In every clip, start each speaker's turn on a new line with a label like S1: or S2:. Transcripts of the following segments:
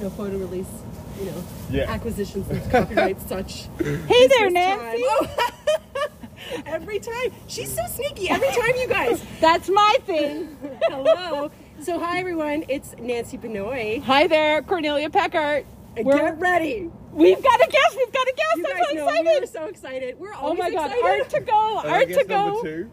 S1: no photo release, you know,
S2: Yeah.
S1: acquisitions and copyright such.
S3: Hey there,
S1: This
S3: Nancy.
S1: time- every time. She's so sneaky. Every time, you guys.
S3: That's my thing.
S1: Hello. So, hi, everyone. It's Nancy Benoy.
S3: Hi there, Cornelia Peckert.
S1: And
S3: We're-
S1: Get ready.
S3: We've got a guest. We've got a guest.
S1: You
S3: I'm
S1: guys
S3: so
S1: know
S3: excited.
S1: we are so excited. We're
S3: oh
S1: always
S3: my god,
S1: excited.
S3: art to go.
S2: And Oh, I
S3: Art to
S2: guess number
S3: go.
S2: two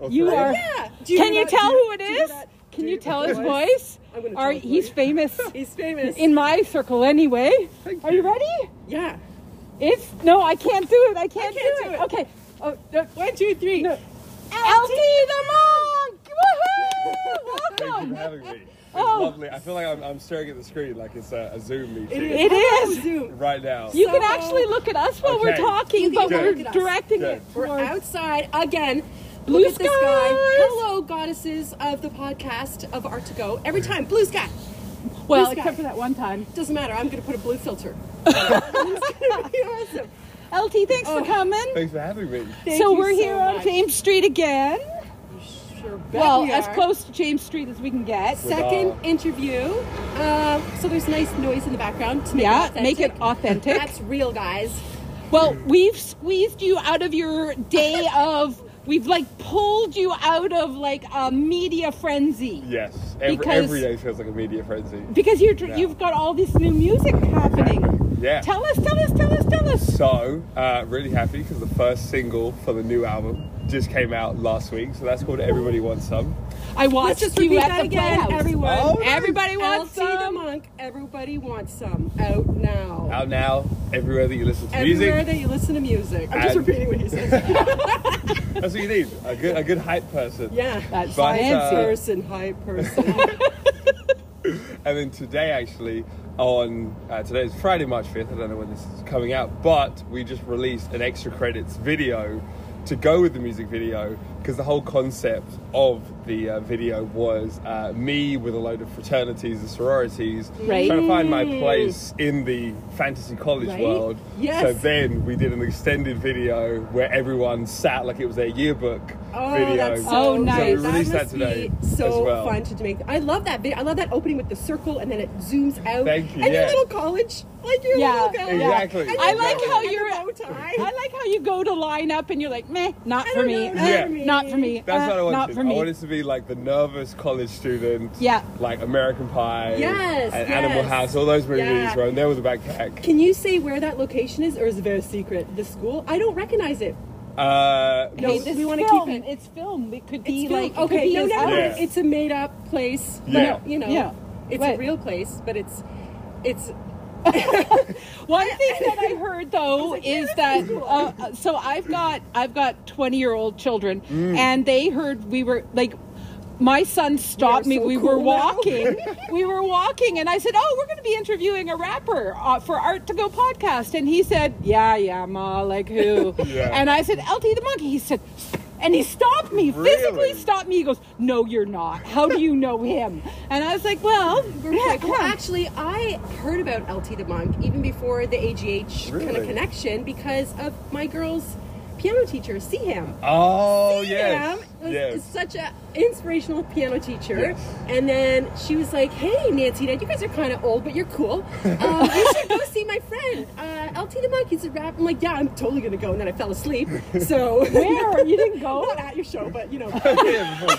S2: Oh, or
S3: You
S2: three.
S3: are.
S1: Yeah. Do
S3: Can
S1: know
S3: you
S1: that-
S3: tell
S1: do-
S3: who it
S1: do you know
S3: is?
S1: that-
S3: Can
S1: do
S3: you
S1: know
S3: tell
S1: that
S3: his voice?
S1: I'm gonna
S3: Art,
S1: tell his
S3: he's
S1: voice.
S3: famous
S1: He's famous.
S3: in my circle anyway.
S2: Thank
S3: Are you
S2: you.
S3: ready?
S1: yeah.
S3: It's no, I can't do it. I can't,
S1: can't do it.
S3: Okay. Oh, no.
S1: One, two, three.
S3: no. LT the monk. Woohoo!
S2: Thank you
S3: Welcome.
S2: for having me. It's
S3: Oh.
S2: lovely. I feel like I'm, I'm staring at the screen like it's a, a Zoom meeting
S1: is. Oh,
S3: It is.
S1: Zoom.
S2: right now.
S3: You can
S1: So-
S3: actually look at us while we're
S2: Okay.
S3: talking,
S1: can
S2: look
S3: but we're
S1: at us.
S3: directing
S2: Good.
S3: it.
S1: We're
S3: towards-
S1: outside again.
S3: Blue
S1: Look at this
S3: skies.
S1: guy. Hello, goddesses of the podcast of Art to Go. Every time, blue sky.
S3: Well,
S1: Blue sky.
S3: except for that one time.
S1: Doesn't matter. I'm gonna put a blue filter. it's gonna be awesome.
S3: LT, thanks for coming.
S2: Thanks for having me.
S1: Oh. Thank
S3: so
S1: you
S3: we're
S1: so
S3: here on
S1: much.
S3: James Street again.
S1: Sure bet
S3: well,
S1: we
S3: as
S1: are.
S3: close to James Street as we can get.
S1: Second
S2: With, uh,
S1: interview. Um, so there's nice noise in the background to make
S3: Yeah,
S1: it authentic.
S3: make it authentic.
S1: That's real, guys.
S3: Well, we've squeezed you out of your day of. We've like pulled you out of like a media frenzy.
S2: Yes. Every,
S3: Because-
S2: every day feels like a media frenzy.
S3: Because you're, dr
S2: Yeah.
S3: you've got all this new music happening.
S2: Yeah.
S3: Tell us, tell us, tell us, tell us.
S2: So, uh, really happy because the first single for the new album just came out last week. So that's called Everybody Wants Some.
S3: I
S1: Let's
S3: watched
S1: just
S3: you
S1: repeat
S3: at
S1: that
S3: the
S1: again,
S3: Playhouse.
S1: everyone.
S2: Oh, nice.
S3: Everybody wants
S1: LT the
S3: some.
S1: monk. Everybody wants some. Out now.
S2: Out now, everywhere that you listen to
S1: Everywhere
S2: music.
S1: that you listen to music. I'm just
S2: And-
S1: repeating what he says.
S2: That's what you need. A good, a good hype person.
S1: yeah.
S3: That's
S2: But,
S3: fancy.
S2: uh,
S1: person, high person.
S2: And then today, actually, on uh, today is Friday, March 5th. I don't know when this is coming out, but we just released an extra credits video to go with the music video because the whole concept of the uh, video was uh, me with a load of fraternities and sororities
S3: Right.
S2: trying to find my place in the fantasy college
S1: Right?
S2: world.
S1: Yes.
S2: So then we did an extended video where everyone sat like it was their yearbook
S1: Oh,
S2: video.
S1: that's so
S3: Oh, nice.
S2: So we released that,
S1: must
S2: today
S1: Be so
S2: as well.
S1: fun to make. I love that video. I love that opening with the circle and then it zooms out.
S2: Thank you,
S1: And your
S2: yeah.
S1: little college, like your
S3: Yeah,
S1: little guy.
S2: Exactly.
S1: And your
S3: I like
S1: jacket
S3: how
S1: and
S3: you're.
S1: your bow tie.
S3: I like how you go to line up and you're like, meh, not
S1: I
S3: for
S1: don't
S3: me.
S1: know,
S3: uh,
S2: Yeah.
S3: Not for me.
S2: That's
S3: uh,
S2: what I wanted.
S3: Not for
S2: I
S3: me.
S2: wanted to be like the nervous college student.
S3: Yeah.
S2: Like American Pie.
S1: Yes,
S2: And
S1: yes.
S2: Animal House, all those movies
S1: Yeah.
S2: where I'm there with a backpack.
S1: Can you say where that location is, or is it very secret? The school? I don't recognize it.
S2: Uh,
S1: No,
S3: Hey,
S1: we
S3: this
S1: wanna
S3: film,
S1: keep it.
S3: It's film. It could be
S1: It's
S3: like.
S1: like
S3: it could
S1: okay,
S3: be
S1: no,
S3: as
S1: no,
S3: ours.
S2: Yeah.
S1: it's a made up place. but
S2: Yeah.
S1: you know,
S3: Yeah.
S1: it's
S3: Right.
S1: a real place, but it's it's
S3: One thing that I heard though is that uh, uh, so I've got I've got twenty year old children, and they heard we were like. My son stopped
S1: We
S3: me.
S1: are so
S3: we
S1: cool
S3: were
S1: now.
S3: walking. we were walking, and I said, "Oh, we're going to be interviewing a rapper uh, for Art to Go podcast." And he said, "Yeah, yeah, ma, like who?"
S2: Yeah.
S3: And I said, "LT the monkey." He said, and he stopped me
S2: Really?
S3: physically. Stopped me. He goes, "No, you're not. How do you know him?" And I was like, "Well,
S1: We're
S3: yeah,
S1: like,
S3: come
S1: well,
S3: on."
S1: actually, I heard about LT the Monk even before the AGH kind of
S2: Really?
S1: connection because of my girl's piano teacher, Seaham.
S2: oh,
S1: Seaham
S2: yes.
S1: was is
S2: Yes.
S1: such an inspirational piano teacher.
S2: Yes.
S1: And then she was like, hey, Nancy, Ned, you guys are kind of old, but you're cool. Um, you should go see my friend, uh, LT the Monk. He's a rap. I'm like, yeah, I'm totally going to go. And then I fell asleep. So,
S3: Where you didn't go?
S1: not at your show, but you know.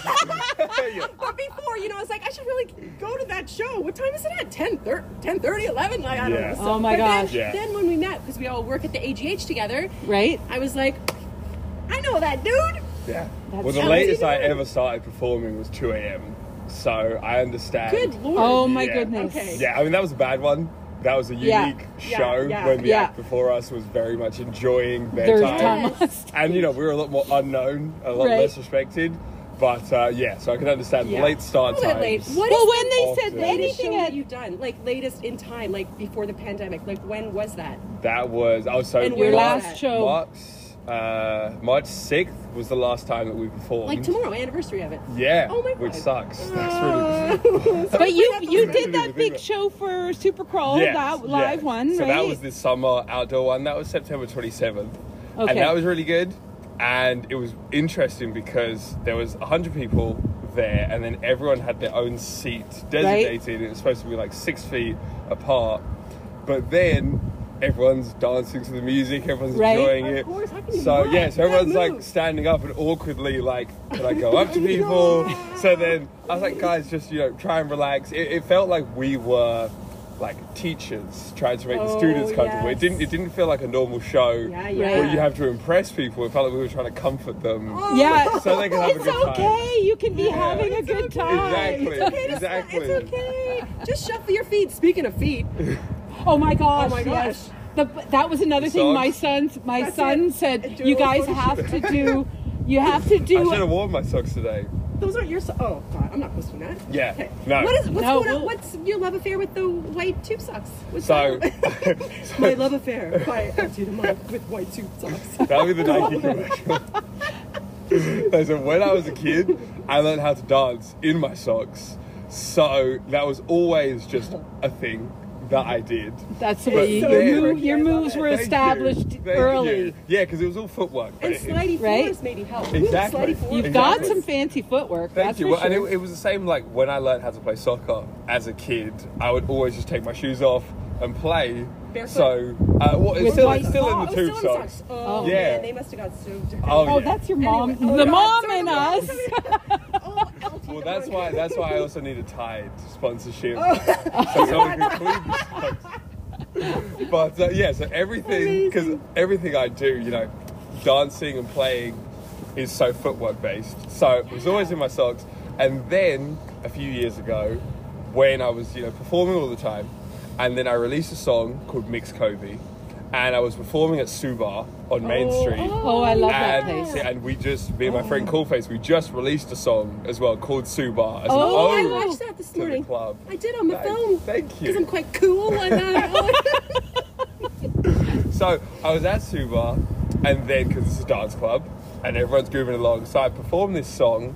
S2: yeah.
S1: But before, you know, I was like, I should really go to that show. What time is it at? 10, 30, 11? Like, I don't
S2: Yeah.
S1: know.
S3: Oh my
S1: but then-
S3: gosh.
S2: Yeah.
S1: Then when we met, because we all work at the AGH together,
S3: right?
S1: I was like, I know that dude.
S2: yeah.
S3: That's
S2: Well, the
S3: so
S2: latest I
S1: weird.
S2: ever started performing was 2 a.m. So I understand.
S1: Good lord.
S3: Oh my
S2: Yeah.
S3: goodness.
S1: Okay.
S2: Yeah, I mean that was a bad one. That was a
S3: Yeah.
S2: unique
S1: Yeah,
S2: show
S1: yeah.
S2: when the
S3: Yeah.
S2: act before us was very much enjoying their
S3: There's
S2: time.
S3: time.
S1: Yes.
S2: And you know, we were a lot more unknown, a lot
S3: Right.
S2: less respected. But uh, yeah, so I can understand
S1: Yeah.
S2: late start
S1: A little bit late.
S2: times.
S1: What
S3: Well,
S1: is
S3: when they
S2: off
S3: said
S2: the-
S1: the latest show
S3: anything
S1: that
S3: at
S1: you've done? Like, latest in time, like before the pandemic? Like, when was that?
S2: That was I was so
S1: And
S3: your
S1: Your
S2: March,
S3: last
S1: last
S3: show,
S2: March, uh, March sixth was the last time that we performed.
S1: Like, tomorrow, anniversary of it.
S2: Mm-hmm. Yeah.
S1: Oh my
S2: Which
S1: God.
S2: sucks. That's really
S3: but you you
S2: was
S3: did
S2: amazing.
S3: that big show for Super Crawl,
S2: Yes,
S3: that live
S2: yes.
S3: one,
S2: So
S3: right?
S2: that was this summer outdoor one. That was September 27th.
S3: Okay.
S2: And that was really good. And it was interesting because there was 100 people there, and then everyone had their own seat designated, and it was supposed to be like six feet apart. But then everyone's dancing to the music, everyone's
S3: Right.
S2: enjoying
S1: Of
S2: it.
S1: course, how can you
S2: so
S1: not?
S2: yeah, so
S1: That
S2: everyone's like
S1: move.
S2: standing up and awkwardly like, can I go up to people? so then I was like, guys, just you know, try and relax. It, it felt like we were like teachers trying to make the
S1: Oh,
S2: students comfortable. It
S1: yes.
S2: didn't. It didn't feel like a normal show
S1: Yeah, yeah.
S2: where you have to impress people. It felt like we were trying to comfort them.
S3: Yeah.
S2: So they can have a
S3: it's
S2: good time.
S3: okay. You can be having a
S1: It's
S3: good
S1: okay.
S2: Exactly.
S3: time.
S1: It's okay to
S2: Exactly.
S1: sla- It's okay. Just shuffle your feet. Speaking of feet,
S3: Oh my gosh!
S1: my
S3: yes. The- that was another
S2: The
S3: thing. My
S2: socks.
S3: sons, my
S1: That's
S3: son
S1: it.
S3: said,
S1: Do a
S3: "You
S1: little
S3: guys
S1: photo
S3: have to do, you have to
S2: I
S3: do."
S2: should have worn my socks today.
S1: those aren't your. So- oh God, I'm not posting that.
S2: Yeah,
S1: Okay.
S2: no.
S1: What is what's
S3: No,
S1: going on?
S3: we'll-
S1: What's your love affair with the white tube socks? What's
S2: So,
S1: that? my love affair by Auntie Mike with white tube socks.
S2: That'll be the Nike commercial. Listen, when I was a kid, I learned how to dance in my socks. So that was always just a thing that I did.
S3: That's the
S2: But
S3: way you,
S2: then-
S3: your, move, your
S1: Yeah, I love
S3: moves
S1: it.
S3: were
S2: Thank you.
S3: established
S2: Thank you.
S3: early.
S2: Yeah, because it was all footwork.
S1: And
S2: It-
S1: slidey
S3: Right?
S1: floors maybe help.
S2: Exactly.
S1: Ooh, slidey floors.
S3: You've
S2: Exactly.
S3: got some fancy footwork.
S2: Thank
S3: that's
S2: you.
S3: For
S2: Well,
S3: sure.
S2: And it, it was the same like when I learned how to play soccer as a kid. I would always just take my shoes off and play.
S1: Barefoot.
S2: So uh, well, it's
S3: With
S2: still,
S3: white
S2: it's still
S1: Oh,
S2: in the
S1: oh,
S2: tube
S1: still in
S2: socks.
S1: Oh,
S2: Yeah.
S1: man, they must have got so dirty.
S2: Oh,
S3: oh,
S2: yeah.
S3: that's your mom.
S1: Anyway, oh,
S3: the
S1: God,
S3: mom
S1: sorry,
S3: in
S1: the mom.
S3: us.
S1: Oh, Auntie
S2: Well,
S1: the
S2: that's
S1: Mike.
S2: why. That's why I also need a Tide sponsorship. so someone can clean these socks. But uh, yeah, so everything because
S1: Amazing.
S2: everything I do, you know, dancing and playing is so footwork based. So it was always in my socks. And then a few years ago, when I was you know performing all the time, and then I released a song called Mix Covey, and I was performing at Subar on Main Street
S3: Oh, I love that
S2: and,
S3: place.
S2: and we just, me and my
S1: Oh.
S2: friend Coolface, we just released a song as well called Subar. As an
S3: Oh,
S1: Oh, I
S2: ode
S1: watched that this
S2: to the
S1: morning.
S2: club.
S1: I did on my
S2: Nice.
S1: phone.
S2: Thank you.
S1: Because I'm quite cool. And, uh,
S2: So I was at Subar, and then, because it's a dance club, and everyone's grooving along, so I performed this song,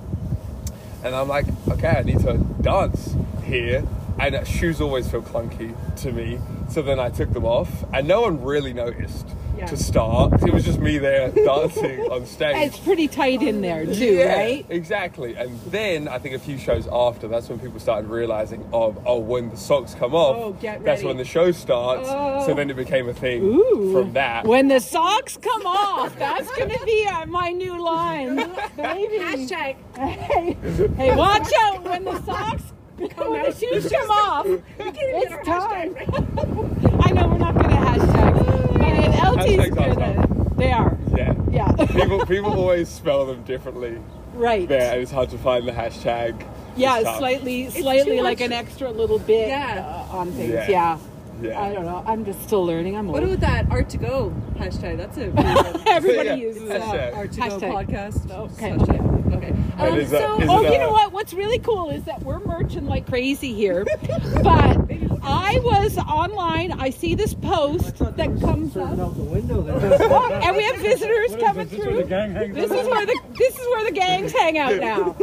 S2: and I'm like, okay, I need to dance here. And uh, shoes always feel clunky to me, so then I took them off, and no one really noticed
S1: Yeah.
S2: to start. It was just me there dancing on stage.
S3: It's pretty tight in there too,
S2: Yeah,
S3: right?
S2: Exactly. And then I think a few shows after, that's when people started realizing of oh, when the socks come off,
S1: Oh, get
S2: that's
S1: ready.
S2: when the show starts.
S1: Oh.
S2: So then it became a thing
S3: Ooh.
S2: from that.
S3: When the socks come off, that's gonna be uh, my new line. Baby.
S1: hashtag.
S3: Hey, watch out when the socks come when the shoes come off.
S1: We can't even
S3: It's
S1: get our
S3: time.
S1: hashtag right.
S3: I know we're not gonna hashtag, but LT's
S2: Hashtags are
S3: gonna. They are.
S2: yeah.
S3: Yeah.
S2: people people always spell them differently
S3: right.
S2: there, and it's hard to find the hashtag.
S3: Yeah,
S2: It's tough.
S3: slightly,
S1: too
S3: slightly like
S1: much.
S3: an extra little bit
S1: Yeah.
S3: uh, on things.
S2: Yeah.
S3: Yeah.
S2: Yeah.
S3: I don't know. I'm just still learning. I'm
S1: What
S3: old.
S1: about that art to go hashtag? That's a pretty good
S3: Everybody
S2: Yeah,
S3: uses
S1: uh,
S2: hashtag.
S3: that.
S1: art to go
S3: Hashtag.
S1: podcast.
S3: Okay,
S1: Hashtag. Okay.
S2: That
S1: Um,
S2: is a-
S1: so,
S2: is
S3: Oh,
S2: it
S3: you know
S2: a-
S3: what? What's really cool is that we're merching like crazy here. but I was online. I see this post that comes
S4: Serving
S3: up,
S4: out the window there.
S3: Oh, and we have visitors coming
S4: This is where the
S3: through.
S4: gang hangs
S3: This
S4: out?
S3: is where the this is where the gangs hang out now.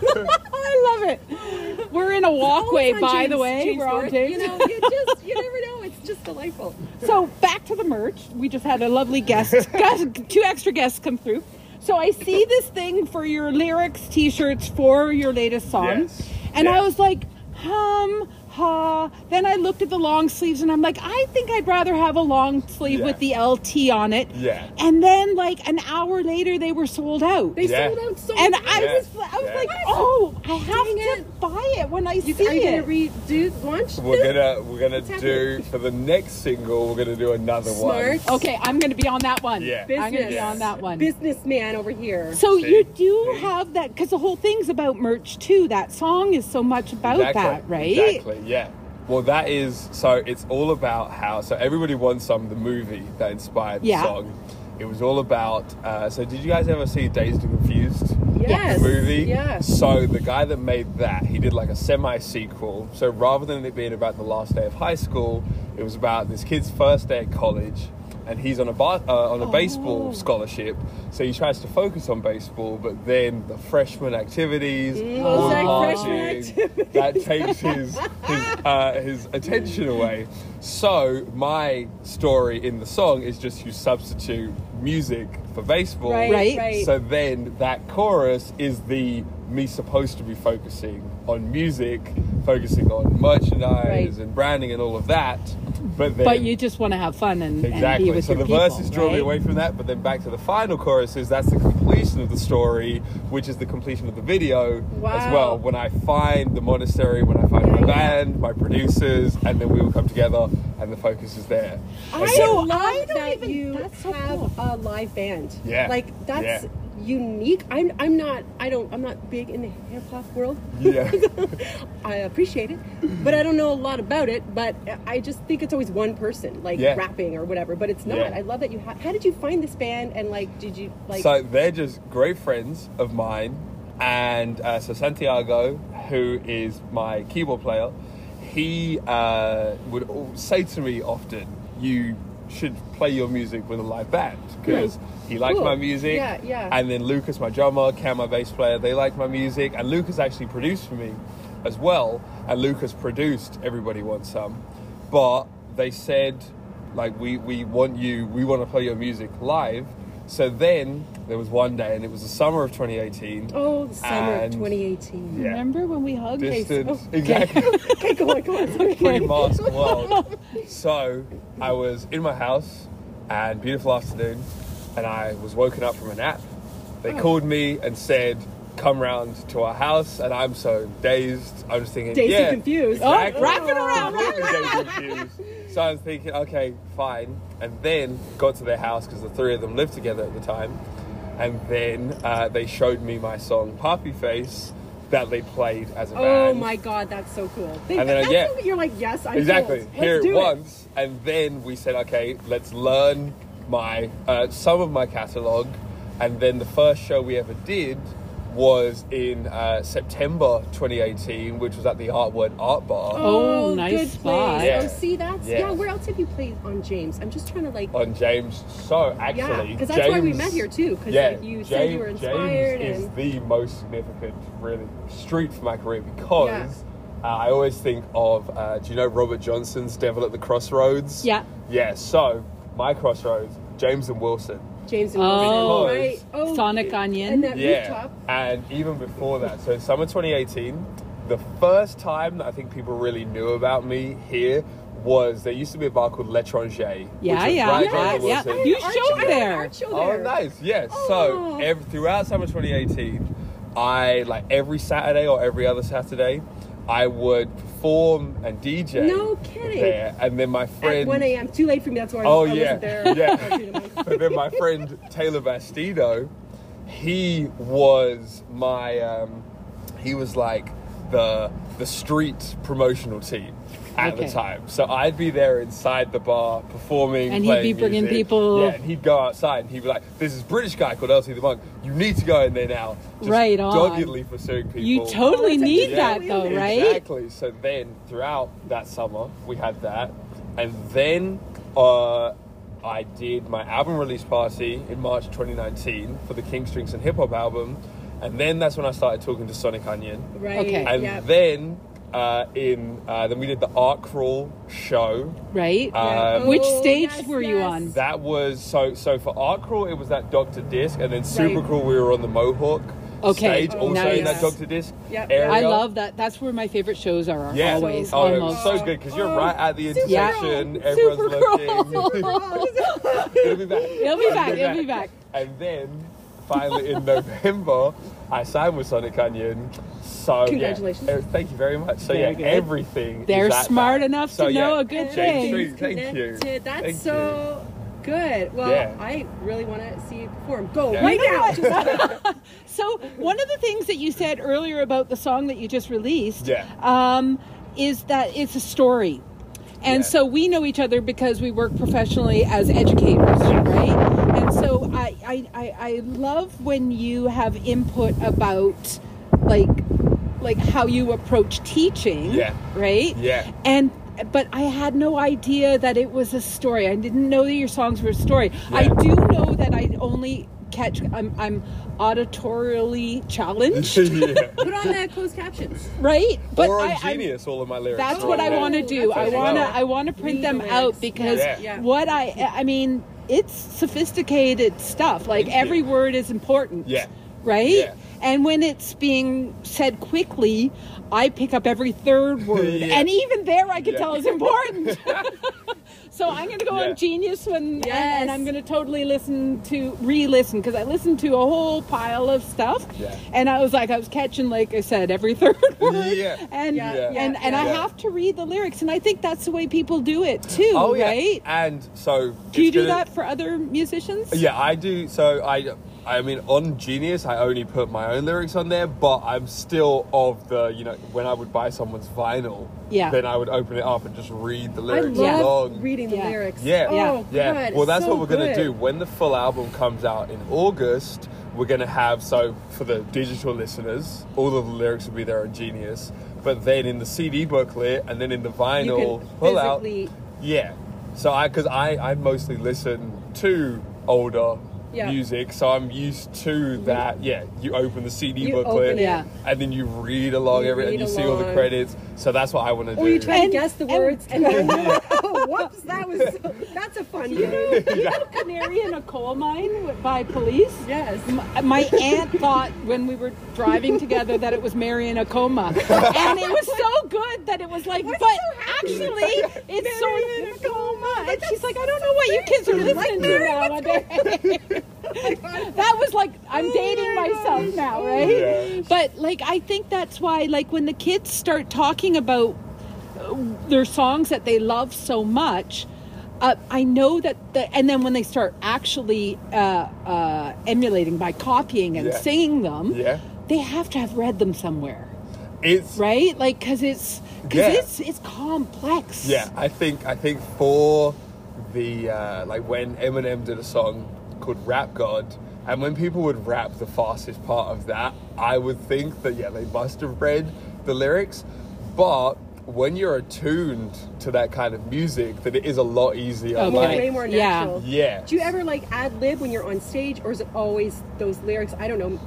S3: I love it. We're in a walkway,
S1: always on
S3: by the
S1: James-
S3: way.
S1: James
S3: we're on
S1: North,
S3: James.
S1: You know, you just you never know. It's just delightful.
S3: So back to the merch. We just had a lovely guest, guest two extra guests come through. So I see this thing for your lyrics t-shirts for your latest song,
S2: Yes.
S3: and I
S2: Yeah.
S3: was like, hum ha. Then I looked at the long sleeves, and I'm like, I think I'd rather have a long sleeve
S2: Yeah.
S3: with the LT on it.
S2: Yeah.
S3: And then like an hour later, they were sold out.
S1: They
S2: Yeah.
S1: sold out so.
S3: and
S1: fast.
S3: I
S2: Yeah.
S3: was, I was
S2: Yeah.
S3: like, oh, I have
S1: Dang
S3: to
S1: it.
S3: buy it when I
S1: you,
S3: see
S1: are you
S3: it.
S1: gonna redo launch?
S2: We're
S1: this?
S2: gonna we're gonna
S1: happening?
S2: do for the next single. We're gonna do another one.
S1: Smart.
S3: okay, I'm gonna be on that one.
S2: Yeah.
S3: I'm gonna be
S1: Business.
S3: on that one.
S1: Businessman over here.
S3: So
S2: See?
S3: you do
S2: See?
S3: have that because the whole thing's about merch too. That song is so much about that, right?
S2: Exactly, yeah. Well, that is so. It's all about how. So everybody wants some. The movie that inspired the
S3: Yeah.
S2: song. It was all about. Uh, so did you guys ever see Dazed and Confused?
S1: Yes.
S2: The movie.
S1: Yes.
S2: So the guy that made that, he did like a semi sequel. So rather than it being about the last day of high school, it was about this kid's first day at college. and he's on a ba- uh, on a baseball scholarship. So he tries to focus on baseball, but then the freshman activities, all the
S1: like freshman
S2: partying, that takes his his, uh, his attention away. So my story in the song is just you substitute music for baseball.
S1: Right,
S3: Right.
S1: right.
S2: So then that chorus is the me supposed to be focusing on music, focusing on merchandise
S1: Right.
S2: and branding and all of that. But then
S3: but you just want to have fun and, and
S2: exactly.
S3: be with
S2: so
S3: your
S2: the
S3: people,
S2: verses draw me
S3: right?
S2: away from that, but then back to the final chorus is that's the completion of the story, which is the completion of the video as
S1: Wow.
S2: well. When I find the monastery, when I find my
S1: Yeah.
S2: band, my producers, and then we all come together and the focus is there.
S1: I
S3: So
S1: love
S3: I don't
S1: that
S3: even-
S1: you
S3: that's so
S1: have
S3: cool.
S1: a live band.
S2: Yeah.
S1: Like that's
S2: Yeah.
S1: unique. I'm I'm not I don't I'm not big in the hip hop world.
S2: Yeah.
S1: I appreciate it, but I don't know a lot about it. But I just think it's always one person, like
S2: Yeah.
S1: rapping or whatever. But it's not.
S2: Yeah.
S1: I love that you. Ha- How did you find this band? And like, did you like?
S2: so they're just great friends of mine, and uh, so Santiago, who is my keyboard player, he uh, would al- say to me often, "You should play your music with a live band because he liked
S1: Cool.
S2: my music,
S1: Yeah, yeah.
S2: and then Lucas, my drummer, Cam, my bass player, they liked my music, and Lucas actually produced for me as well, and Lucas produced Everybody Wants Some, but they said, like, we, we want you, we want to play your music live. So then there was one day, and it was the summer of 2018.
S1: oh, the summer of
S2: and-
S1: 2018.
S2: Yeah.
S3: Remember when we hugged?
S2: Distance,
S1: oh, okay.
S2: exactly.
S1: okay, go on, go on. sorry.
S2: pre-mask world. So I was in my house and beautiful afternoon, and I was woken up from a nap.
S1: Oh.
S2: They called me and said, "Come round to our house," and I'm so dazed. I'm just thinking,
S1: Dazed and
S2: yeah,
S1: confused. Oh,
S2: Exactly.
S3: wrapping around,
S2: Completely dazed and confused. So I was thinking, okay, fine. And then got to their house because the three of them lived together at the time. And then uh, they showed me my song "Poppy Face" that they played as a
S1: Oh
S2: band.
S1: my God, that's so cool. They,
S2: And then I
S1: that's
S2: get-
S1: so- you're like, yes, I
S2: Exactly.
S1: Sold. Let's
S2: Here
S1: do
S2: it once, and then we said, okay, let's learn my uh, some of my catalog, and then the first show we ever did was in uh, September 2018, which was at the Artword Art Bar
S3: Oh,
S1: good
S3: nice
S1: place.
S3: spot.
S2: Yeah.
S1: Oh, see, that's
S2: Yeah. Oh,
S1: yeah. Where else have you played on James? I'm just trying to like.
S2: on James. So
S1: yeah,
S2: actually,
S1: because that's why we
S2: James-
S1: met here too. Because
S2: Yeah,
S1: like, you
S2: James,
S1: said you were inspired
S2: James
S1: and
S2: is the most significant, really, street for my career because uh, I always think of. Uh, do you know Robert Johnson's "Devil at the Crossroads"?
S3: Yeah.
S2: Yeah. So my crossroads, James and Wilson.
S1: James and
S3: Oh.
S1: Wilson, right? Oh,
S3: Sonic Onion.
S1: and that
S2: yeah.
S1: rooftop.
S2: And even before that, so summer 2018, the first time that I think people really knew about me here was there used to be a bar called L'Etranger.
S3: Yeah, yeah, yeah,
S1: Yes,
S3: yeah.
S1: I had
S3: You
S1: an art
S3: showed
S1: show- I had
S3: there.
S1: an art show
S2: Oh,
S1: there.
S2: nice. Yes.
S1: Oh.
S2: So ev throughout summer 2018, I like every Saturday or every other Saturday, I would perform and DJ.
S1: No kidding.
S2: There, and then my friend.
S1: At 1 a.m. Too late for me. That's why I,
S2: Oh
S1: I
S2: yeah,
S1: wasn't there.
S2: yeah. but then my friend Taylor Bastido, he was my, um, he was like the the street promotional team at
S3: Okay.
S2: the time. So I'd be there inside the bar performing,
S3: And he'd be
S2: playing
S3: bringing
S2: music.
S3: people-
S2: Yeah, and he'd go outside and he'd be like, "There's this British guy called Elsie the Monk. You need to go in there now." Just
S3: Right on.
S2: Doggedly pursuing people.
S3: You totally
S1: Oh, that's
S3: need
S1: actually
S3: that
S1: really
S3: though,
S1: weird.
S3: right?
S2: Exactly. So then, throughout that summer, we had that, and then uh, I did my album release party in March 2019 for the King Strings and Hip Hop album, and then that's when I started talking to Sonic Onion,
S1: Right.
S3: Okay.
S2: and
S1: yeah.
S2: then uh, in uh, then we did the Art Crawl show.
S3: Right.
S2: Um,
S3: Which
S1: Oh,
S3: stage
S1: yes,
S3: were you
S1: yes.
S3: on?
S2: That was so so for Art Crawl it was that Doctor Disc, and then Super
S1: Right.
S2: Crawl we were on the Mohawk.
S3: Okay,
S2: Stage also in
S3: nice.
S2: that Doctor Disc
S1: Yep.
S2: area.
S3: I love that. That's where my favorite shows are.
S2: Yeah,
S3: Always.
S2: oh, it was
S3: almost.
S2: so good because you're
S1: Oh,
S2: right at the
S1: Supergirl.
S2: intersection.
S1: Yeah.
S2: Everyone's
S3: Supergirl.
S1: Oh
S2: looking. It'll be back.
S3: It'll be back. It'll be back.
S2: And then finally in November, I signed with Sonic Onion. So yeah,
S1: Congratulations.
S2: eh, thank you very much. So
S3: Very
S2: yeah,
S3: good.
S2: everything.
S3: They're
S2: is at
S3: smart
S2: that.
S3: enough to
S2: So,
S3: know
S2: yeah,
S3: a good
S2: James
S3: thing.
S2: Street, Thank you.
S1: Connected. That's
S2: Thank you.
S1: so good. Well,
S2: Yeah.
S1: I really want to see you perform. Go
S2: Yeah.
S1: right
S2: You
S1: now. Just-
S3: So one of the things that you said earlier about the song that you just released
S2: Yeah.
S3: um, is that it's a story. And
S2: Yeah.
S3: so we know each other because we work professionally as educators, right? And so I, I, I, I love when you have input about like like how you approach teaching,
S2: Yeah.
S3: right?
S2: Yeah.
S3: And but I had no idea that it was a story. I didn't know that your songs were a story. I
S2: Yeah.
S3: do know that I only catch. I'm I'm auditorily challenged,
S2: yeah.
S1: Put on the closed captions.
S3: right?
S2: or
S3: I-
S2: on
S3: I'm-
S2: Genius, all of my lyrics.
S3: that's
S2: are
S3: what
S2: on
S3: I
S2: there.
S3: want to do.
S1: That's
S3: I
S2: what I
S3: want to.
S2: want.
S3: I want to print
S1: Read
S3: them
S1: the
S3: out
S1: lyrics.
S3: because
S2: Yeah.
S1: Yeah.
S3: what I. I mean, it's sophisticated stuff. Like
S2: Thank you.
S3: every word is important.
S2: Yeah.
S3: Right.
S2: Yeah.
S3: And when it's being said quickly, I pick up every third word,
S2: Yeah.
S3: and even there, I can
S2: Yeah.
S3: tell it's important. so I'm going to go
S2: Yeah.
S3: on Genius when, and-
S1: Yes.
S3: and I'm going to totally listen to re-listen because I listened to a whole pile of stuff,
S2: Yeah.
S3: and I was like, I was catching, like I said, every third word,
S2: Yeah.
S3: and
S1: Yeah,
S2: Yeah.
S3: and
S1: yeah,
S3: and I
S2: yeah.
S3: have to read the lyrics, and I think that's the way people do it too,
S2: Oh yeah.
S3: right?
S2: And so
S3: Do you
S2: it's
S3: do
S2: gonna-
S3: that for other musicians?
S2: Yeah, I do. So I, I mean, on Genius, I only put my own lyrics on there, but I'm still of the, you know, when I would buy someone's vinyl,
S3: Yeah.
S2: then I would open it up and just read the
S1: I
S2: lyrics
S1: love
S2: along.
S1: reading the
S3: Yeah.
S1: lyrics.
S2: yeah,
S1: Oh,
S3: Yeah.
S2: yeah.
S1: God,
S2: well,
S1: it's
S2: that's
S1: so
S2: what we're gonna
S1: good.
S2: do when the full album comes out in August. We're gonna have so for the digital listeners, all of the lyrics will be there on Genius, but then in the CD booklet and then in the
S1: You
S2: vinyl
S1: can
S2: pull out,
S1: physically.
S2: yeah. So I, because I, I mostly listen to older
S1: Yeah. Mm-hmm.
S2: music, so I'm used to that. Yeah, you open the CD
S1: You
S2: booklet,
S1: open it. Yeah.
S2: and then you read along
S1: You
S2: every, and
S1: read
S2: you see all the
S1: along.
S2: credits. So that's what I want to do.
S1: Or you try
S3: And-
S1: to guess the
S3: and-
S1: words and then oh, whoops, that was that's a fun game.
S3: You know, Canary in a Coal Mine by Police.
S1: Yes.
S3: My, my aunt thought when we were driving together that it was Mary in a coma, and it was so good that it was like,
S1: What's
S3: but
S1: so happening?
S3: actually, it's
S1: Mary in a
S3: so.
S1: coma.
S3: And she's like, I don't know what you kids are
S1: Like
S3: listening to
S1: Mary,
S3: nowadays. that was like, I'm dating
S1: Oh my
S3: myself
S1: gosh.
S3: now,
S1: Oh
S3: right?
S2: my gosh.
S3: But like, I think that's why, like, when the kids start talking about uh, their songs that they love so much. Uh, I know that, the, and then when they start actually uh, uh, emulating by copying and
S2: Yeah.
S3: singing them,
S2: Yeah.
S3: they have to have read them somewhere,
S2: it's
S3: right? Like, because it's because
S2: Yeah.
S3: it's it's complex.
S2: Yeah, I think I think for the uh, like when Eminem did a song called Rap God, and when people would rap the fastest part of that, I would think that yeah, they must have read the lyrics. But when you're attuned to that kind of music, that it is a lot easier.
S3: Okay.
S1: Well,
S2: Like,
S1: way more
S3: Yeah.
S1: natural.
S2: Yeah.
S1: Do you ever like ad lib when you're on stage, or is it always those lyrics? I don't know.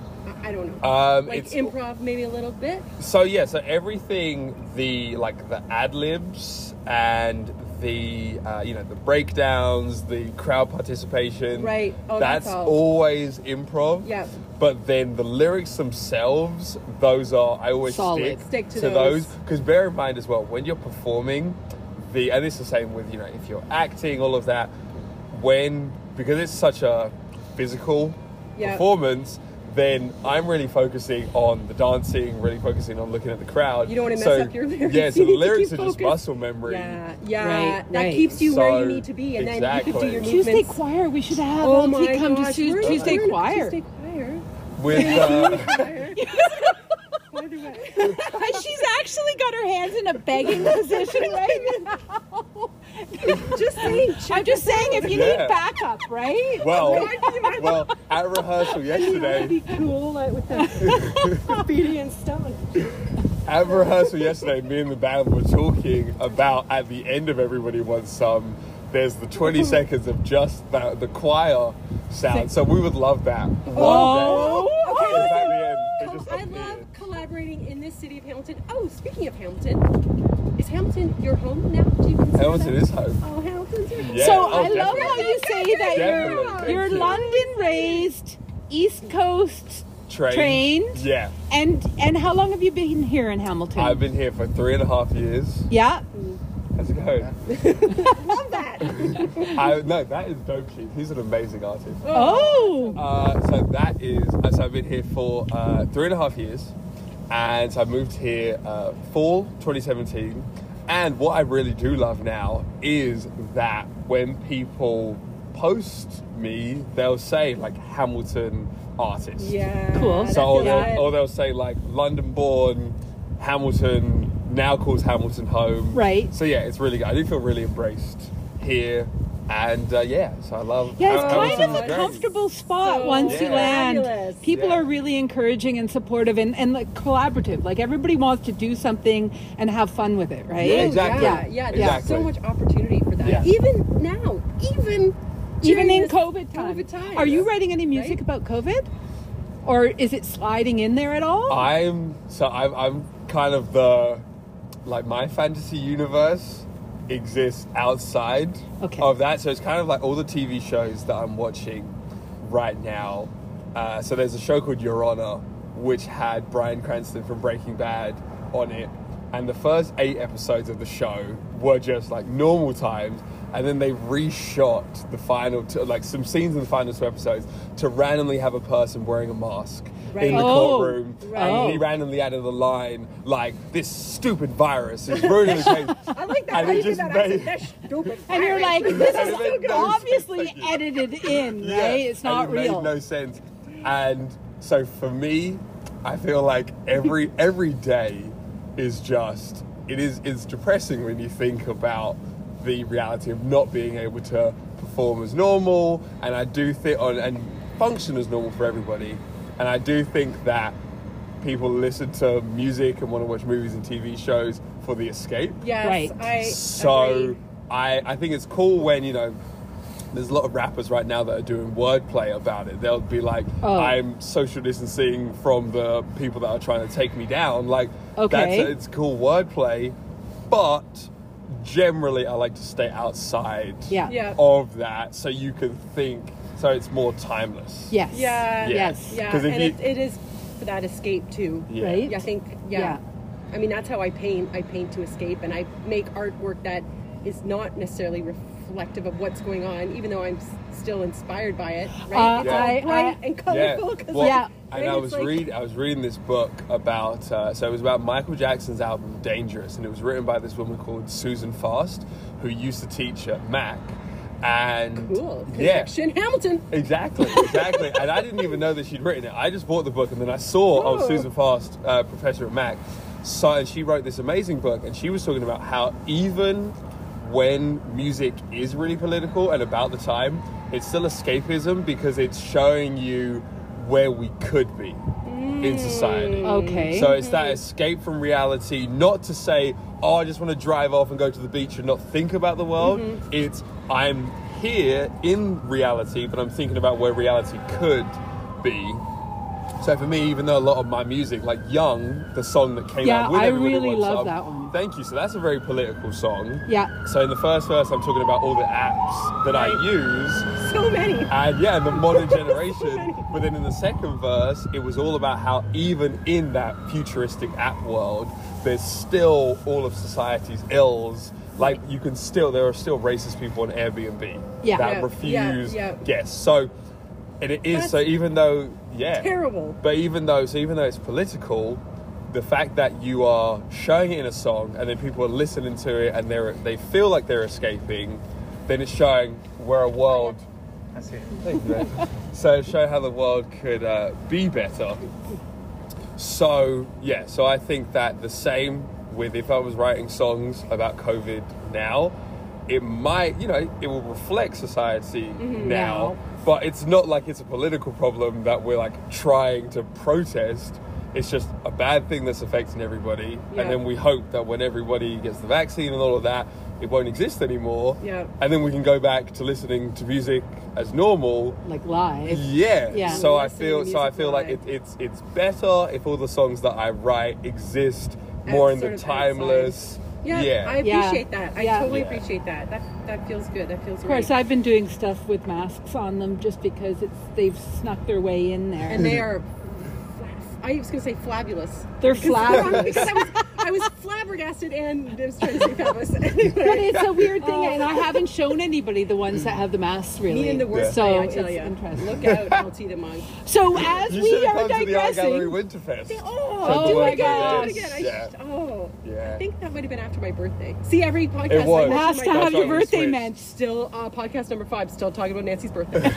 S1: I I don't know.
S2: Um,
S1: like
S2: it's-
S1: improv, maybe a little bit.
S2: So yeah, so everything the like the ad libs and the uh, you know the breakdowns, the crowd participation,
S1: Right. Oh,
S2: that's
S1: that's all.
S2: always improv.
S1: Yep.
S2: But then the lyrics themselves, those are I always
S3: Solid.
S1: Stick to
S2: those
S1: those.
S2: because bear in mind as well when you're performing, the and it's the same with you know if you're acting, all of that. When because it's such a physical
S1: Yep.
S2: performance, then I'm really focusing on the dancing, really focusing on looking at the crowd.
S1: You don't wanna mess
S2: So,
S1: up your lyrics.
S2: Yeah, so
S1: You
S2: the
S1: need to
S2: lyrics are
S1: keep
S2: just
S1: focused.
S2: muscle memory.
S1: Yeah, yeah.
S3: Right,
S1: that
S3: right.
S1: keeps you where you
S2: So,
S1: need to be, and then you can do your
S2: exactly.
S1: movements.
S3: Tuesday choir. We should have
S1: Oh
S3: LT
S1: my
S3: come
S1: gosh,
S3: to Tu-
S1: we're-
S3: Tuesday
S1: we're in a
S3: choir.
S1: Tuesday choir.
S2: With uh,
S1: By the way.
S3: She's actually got her hands in a begging position right now.
S1: Just saying.
S3: I'm just saying, if you
S2: Yeah.
S3: need backup, right?
S2: well,
S1: Right, you might-
S2: well, at rehearsal
S1: You want to
S2: yesterday,
S1: be cool like, with the obedient stone.
S2: at rehearsal yesterday, me and the band were talking about at the end of everybody wants some. There's the 20 seconds of just that, the choir sound. So we would love that. one day.
S3: Oh.
S1: Okay,
S2: Just
S1: listen.
S2: at the end, it
S1: Com-
S2: just
S1: I
S2: at the
S1: love
S2: end.
S1: collaborating in this city of Hamilton. Oh, speaking of Hamilton, is Hamilton your home now? Do you consider
S2: Hamilton
S1: that?
S2: is home.
S1: Oh, Hamilton's your home.
S2: Yeah.
S3: So
S2: oh,
S3: I love
S2: definitely.
S3: how you say that
S2: Definitely,
S3: you're
S2: thank
S3: you're
S2: you.
S3: London raised, East Coast,
S2: Trained.
S3: Trained.
S2: Yeah.
S3: and and how long have you been here in Hamilton?
S2: I've been here for three and a half years.
S3: yeah.
S2: How's it going?
S1: Love that.
S2: I, no, that is Dope Keith. He's an amazing artist.
S3: Oh,
S2: Uh, so that is, uh, so I've been here for uh, three and a half years, and so I moved here uh, fall 2017. And what I really do love now is that when people post me, they'll say like Hamilton artist.
S1: Yeah.
S3: Cool.
S1: that's
S2: So or
S1: a lot.
S2: they'll, or they'll say like London born, Hamilton now calls Hamilton home.
S3: Right.
S2: So yeah, it's really good. I do feel really embraced here. And uh, yeah, so I love.
S3: Yeah, it's
S2: Al-
S3: kind of
S2: Allison's
S3: a
S2: great.
S3: comfortable spot
S1: So
S3: once you
S1: fabulous.
S3: land. People
S2: Yeah.
S3: are really encouraging and supportive and, and like collaborative. Like everybody wants to do something and have fun with it, right?
S2: Yeah, exactly.
S1: Yeah, yeah. There's
S2: Exactly.
S1: so much opportunity for that.
S2: Yeah.
S1: Even now, even
S3: Even
S1: during
S3: in
S1: this
S3: COVID time.
S1: COVID time.
S3: Are you writing any
S1: Right?
S3: music about COVID? Or is it sliding in there at all?
S2: I'm so I'm, I'm kind of the like my fantasy universe exists outside
S3: Okay.
S2: of that. So it's kind of like all the TV shows that I'm watching right now. Uh, so there's a show called Your Honor, which had Brian Cranston from Breaking Bad on it, and the first eight episodes of the show were just like normal times. And then they reshot the final, two, like some scenes in the final two episodes, to randomly have a person wearing a mask
S1: Right.
S2: in the
S3: Oh,
S2: courtroom, and
S3: right.
S2: he randomly added the line like, "This stupid virus is ruining the case."
S1: I like that.
S2: And
S1: How
S2: it
S1: you do
S2: just
S1: that.
S2: made-
S1: That's stupid.
S3: and you're like,
S1: virus.
S3: this
S2: It made
S3: is
S2: no sense.
S3: obviously edited in, right? It's
S2: and
S3: not
S2: it
S3: real.
S2: Made no sense. And so for me, I feel like every every day is just it is it's depressing when you think about the reality of not being able to perform as normal, and I do think on and function as normal for everybody, and I do think that people listen to music and want to watch movies and TV shows for the escape
S1: Yes,
S3: Right.
S1: I
S2: so
S1: agree.
S2: I, I think it's cool when you know there's a lot of rappers right now that are doing wordplay about it they'll be like
S3: Oh.
S2: i'm social distancing from the people that are trying to take me down like
S3: Okay.
S2: that's it's cool wordplay but generally i like to stay outside
S3: Yeah.
S1: Yeah.
S2: of that so you can think so it's more timeless
S3: Yes.
S1: Yeah.
S3: Yes.
S1: Yeah,
S2: 'Cause
S1: and
S2: if you-
S1: it, it is for that escape too.
S2: Yeah.
S3: Right?
S1: I think yeah.
S3: Yeah.
S1: I mean that's how I paint. I paint to escape, and I make artwork that is not necessarily reflective of what's going on, even though I'm s- still inspired by it. Right?
S3: Uh,
S1: it's
S3: I-
S1: all bright
S3: I-
S1: and colorful. 'cause
S2: Well,
S3: Yeah.
S2: And
S1: right,
S2: I
S1: it's
S2: was
S1: like-
S2: read I was reading this book about uh, so it was about Michael Jackson's album Dangerous, and it was written by this woman called Susan Fast, who used to teach at Mac. And
S1: Cool.
S2: yeah,
S1: Connection. Hamilton.
S2: Exactly, exactly. and I didn't even know that she'd written it. I just bought the book and then I saw oh,
S1: Oh.
S2: Susan Fast, uh, professor at Mac. So and she wrote this amazing book, and she was talking about how even when music is really political and about the time, it's still escapism because it's showing you where we could be in society.
S3: Okay.
S2: So it's that escape from reality, not to say, oh, I just want to drive off and go to the beach and not think about the world.
S3: Mm-hmm.
S2: It's, I'm here in reality, but I'm thinking about where reality could be. So for me, even though a lot of my music, like Young, the song that came
S3: Yeah,
S2: out with
S3: I
S2: Everybody
S3: really
S2: Wants
S3: love
S2: Some-
S3: that one.
S2: Thank you. So that's a very political song.
S3: Yeah.
S2: So in the first verse, I'm talking about all the apps that I
S1: Right.
S2: use
S1: So many.
S2: and yeah, the modern generation.
S1: many.
S2: But then in the second verse, it was all about how even in that futuristic app world, there's still all of society's ills. Like you can still, there are still racist people on Airbnb
S3: Yeah.
S2: that
S1: Yeah,
S2: refuse
S1: yeah, yeah.
S2: guests. So, and it is
S1: That's
S2: so. Even though, yeah,
S1: terrible.
S2: But even though, so even though it's political, the fact that you are showing it in a song and then people are listening to it and they're they feel like they're escaping, then it's showing we're a world. That's it. Thank you. man. so show how the world could uh, be better. So yeah, so I think that the same with if I was writing songs about COVID now, it might you know it will reflect society
S1: Mm-hmm.
S2: now,
S3: Now.
S2: but it's not like it's a political problem that we're like trying to protest. It's just a bad thing that's affecting everybody,
S1: Yeah.
S2: and then we hope that when everybody gets the vaccine and all of that, it won't exist anymore.
S1: Yeah.
S2: and then we can go back to listening to music as normal.
S3: Like live.
S2: Yeah.
S3: Yeah.
S2: So I
S1: Listen to
S2: feel so I
S1: music
S2: feel like it,
S1: live.
S2: it's it's better if all the songs that I write exist more
S1: Out-
S2: in
S1: sort
S2: the
S1: of outside.
S2: timeless.
S1: Yeah, I
S3: Yeah.
S1: appreciate that. I
S3: Yeah.
S1: totally
S2: Yeah.
S1: appreciate that. That that feels good. That feels
S3: Of course,
S1: great.
S3: I've been doing stuff with masks on them just because it's they've snuck their way in there.
S1: and they are. fla- I was gonna say flabulous.
S3: They're
S1: Because-
S3: flabulous.
S1: because I was, I was flabbergasted and I was trying to say fabulous. Anyway.
S3: but it's a weird thing, and I haven't shown anybody the ones that have the masks really.
S1: Oh. Me in the worst
S3: so
S1: way, I tell
S3: it's
S1: you.
S3: interesting.
S1: Look out, LT the monk.
S3: So as
S2: You should
S3: we
S2: have
S3: are
S2: come to the Art Gallery
S3: digressing,
S2: Winterfest.
S1: Oh,
S3: do
S1: do
S3: it
S1: it again,
S3: again, do it
S1: do it again. I
S2: Yeah.
S1: sh- oh,
S2: Yeah.
S1: I think that might have been after my birthday. See, every podcast I mention
S2: was.
S1: my
S3: has to
S2: That's
S3: have your
S2: on the
S1: birthday.
S3: birthday
S2: switch.
S3: meant.
S1: Still, uh, podcast number five, still talking about Nancy's birthday.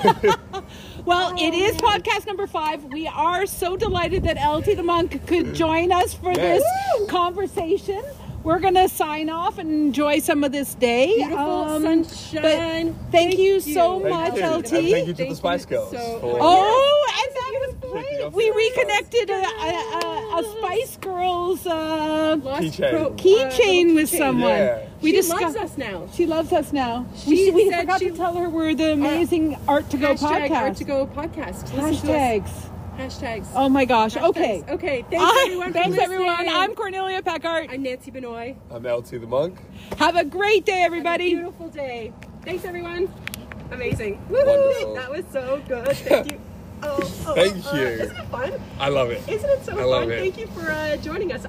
S3: Well, it is podcast number five. We are so delighted that LT the Monk could join us for
S2: Yes.
S3: this conversation. We're going to sign off and enjoy some of this day.
S1: Beautiful sunshine.
S3: Um, but thank, you, so
S1: Thank
S3: much,
S2: you.
S3: LT.
S2: And thank you to
S1: Thank
S2: the Spice
S1: you
S2: Girls.
S1: so
S2: for-
S1: much.
S3: Oh, and that was
S2: Taking
S3: great.
S2: off
S3: We
S2: your
S3: reconnected a, a, a, a Spice Girls uh,
S1: Lost
S2: Keychain.
S1: pro-
S3: keychain
S1: uh,
S3: with
S1: keychain.
S3: someone.
S2: Yeah.
S1: She
S3: discuss-
S1: loves us now.
S3: She loves us now.
S1: She
S3: we we
S1: said
S3: forgot
S1: she- Uh,
S3: to tell her we're the amazing Art to Go
S1: Hashtag
S3: podcast.
S1: Art to Go podcast. Listen to us.
S3: Hashtags.
S1: Hashtags.
S3: Oh my gosh.
S1: Hashtags.
S3: Okay.
S1: Okay. Thanks
S3: I-
S1: everyone. for
S3: thanks everyone.
S1: listening.
S3: I'm Cornelia Packard.
S1: I'm Nancy Benoy.
S2: I'm LT the Monk.
S3: Have a great day, everybody.
S1: Beautiful day. Thanks everyone. Amazing. Woohoo!
S2: Wonderful.
S1: That was so good. Thank you. Oh, oh,
S2: Thank
S1: oh, uh,
S2: you.
S1: Isn't it fun?
S2: I love it.
S1: Isn't it so
S2: I love
S1: fun?
S2: it.
S1: Thank you for uh, joining us.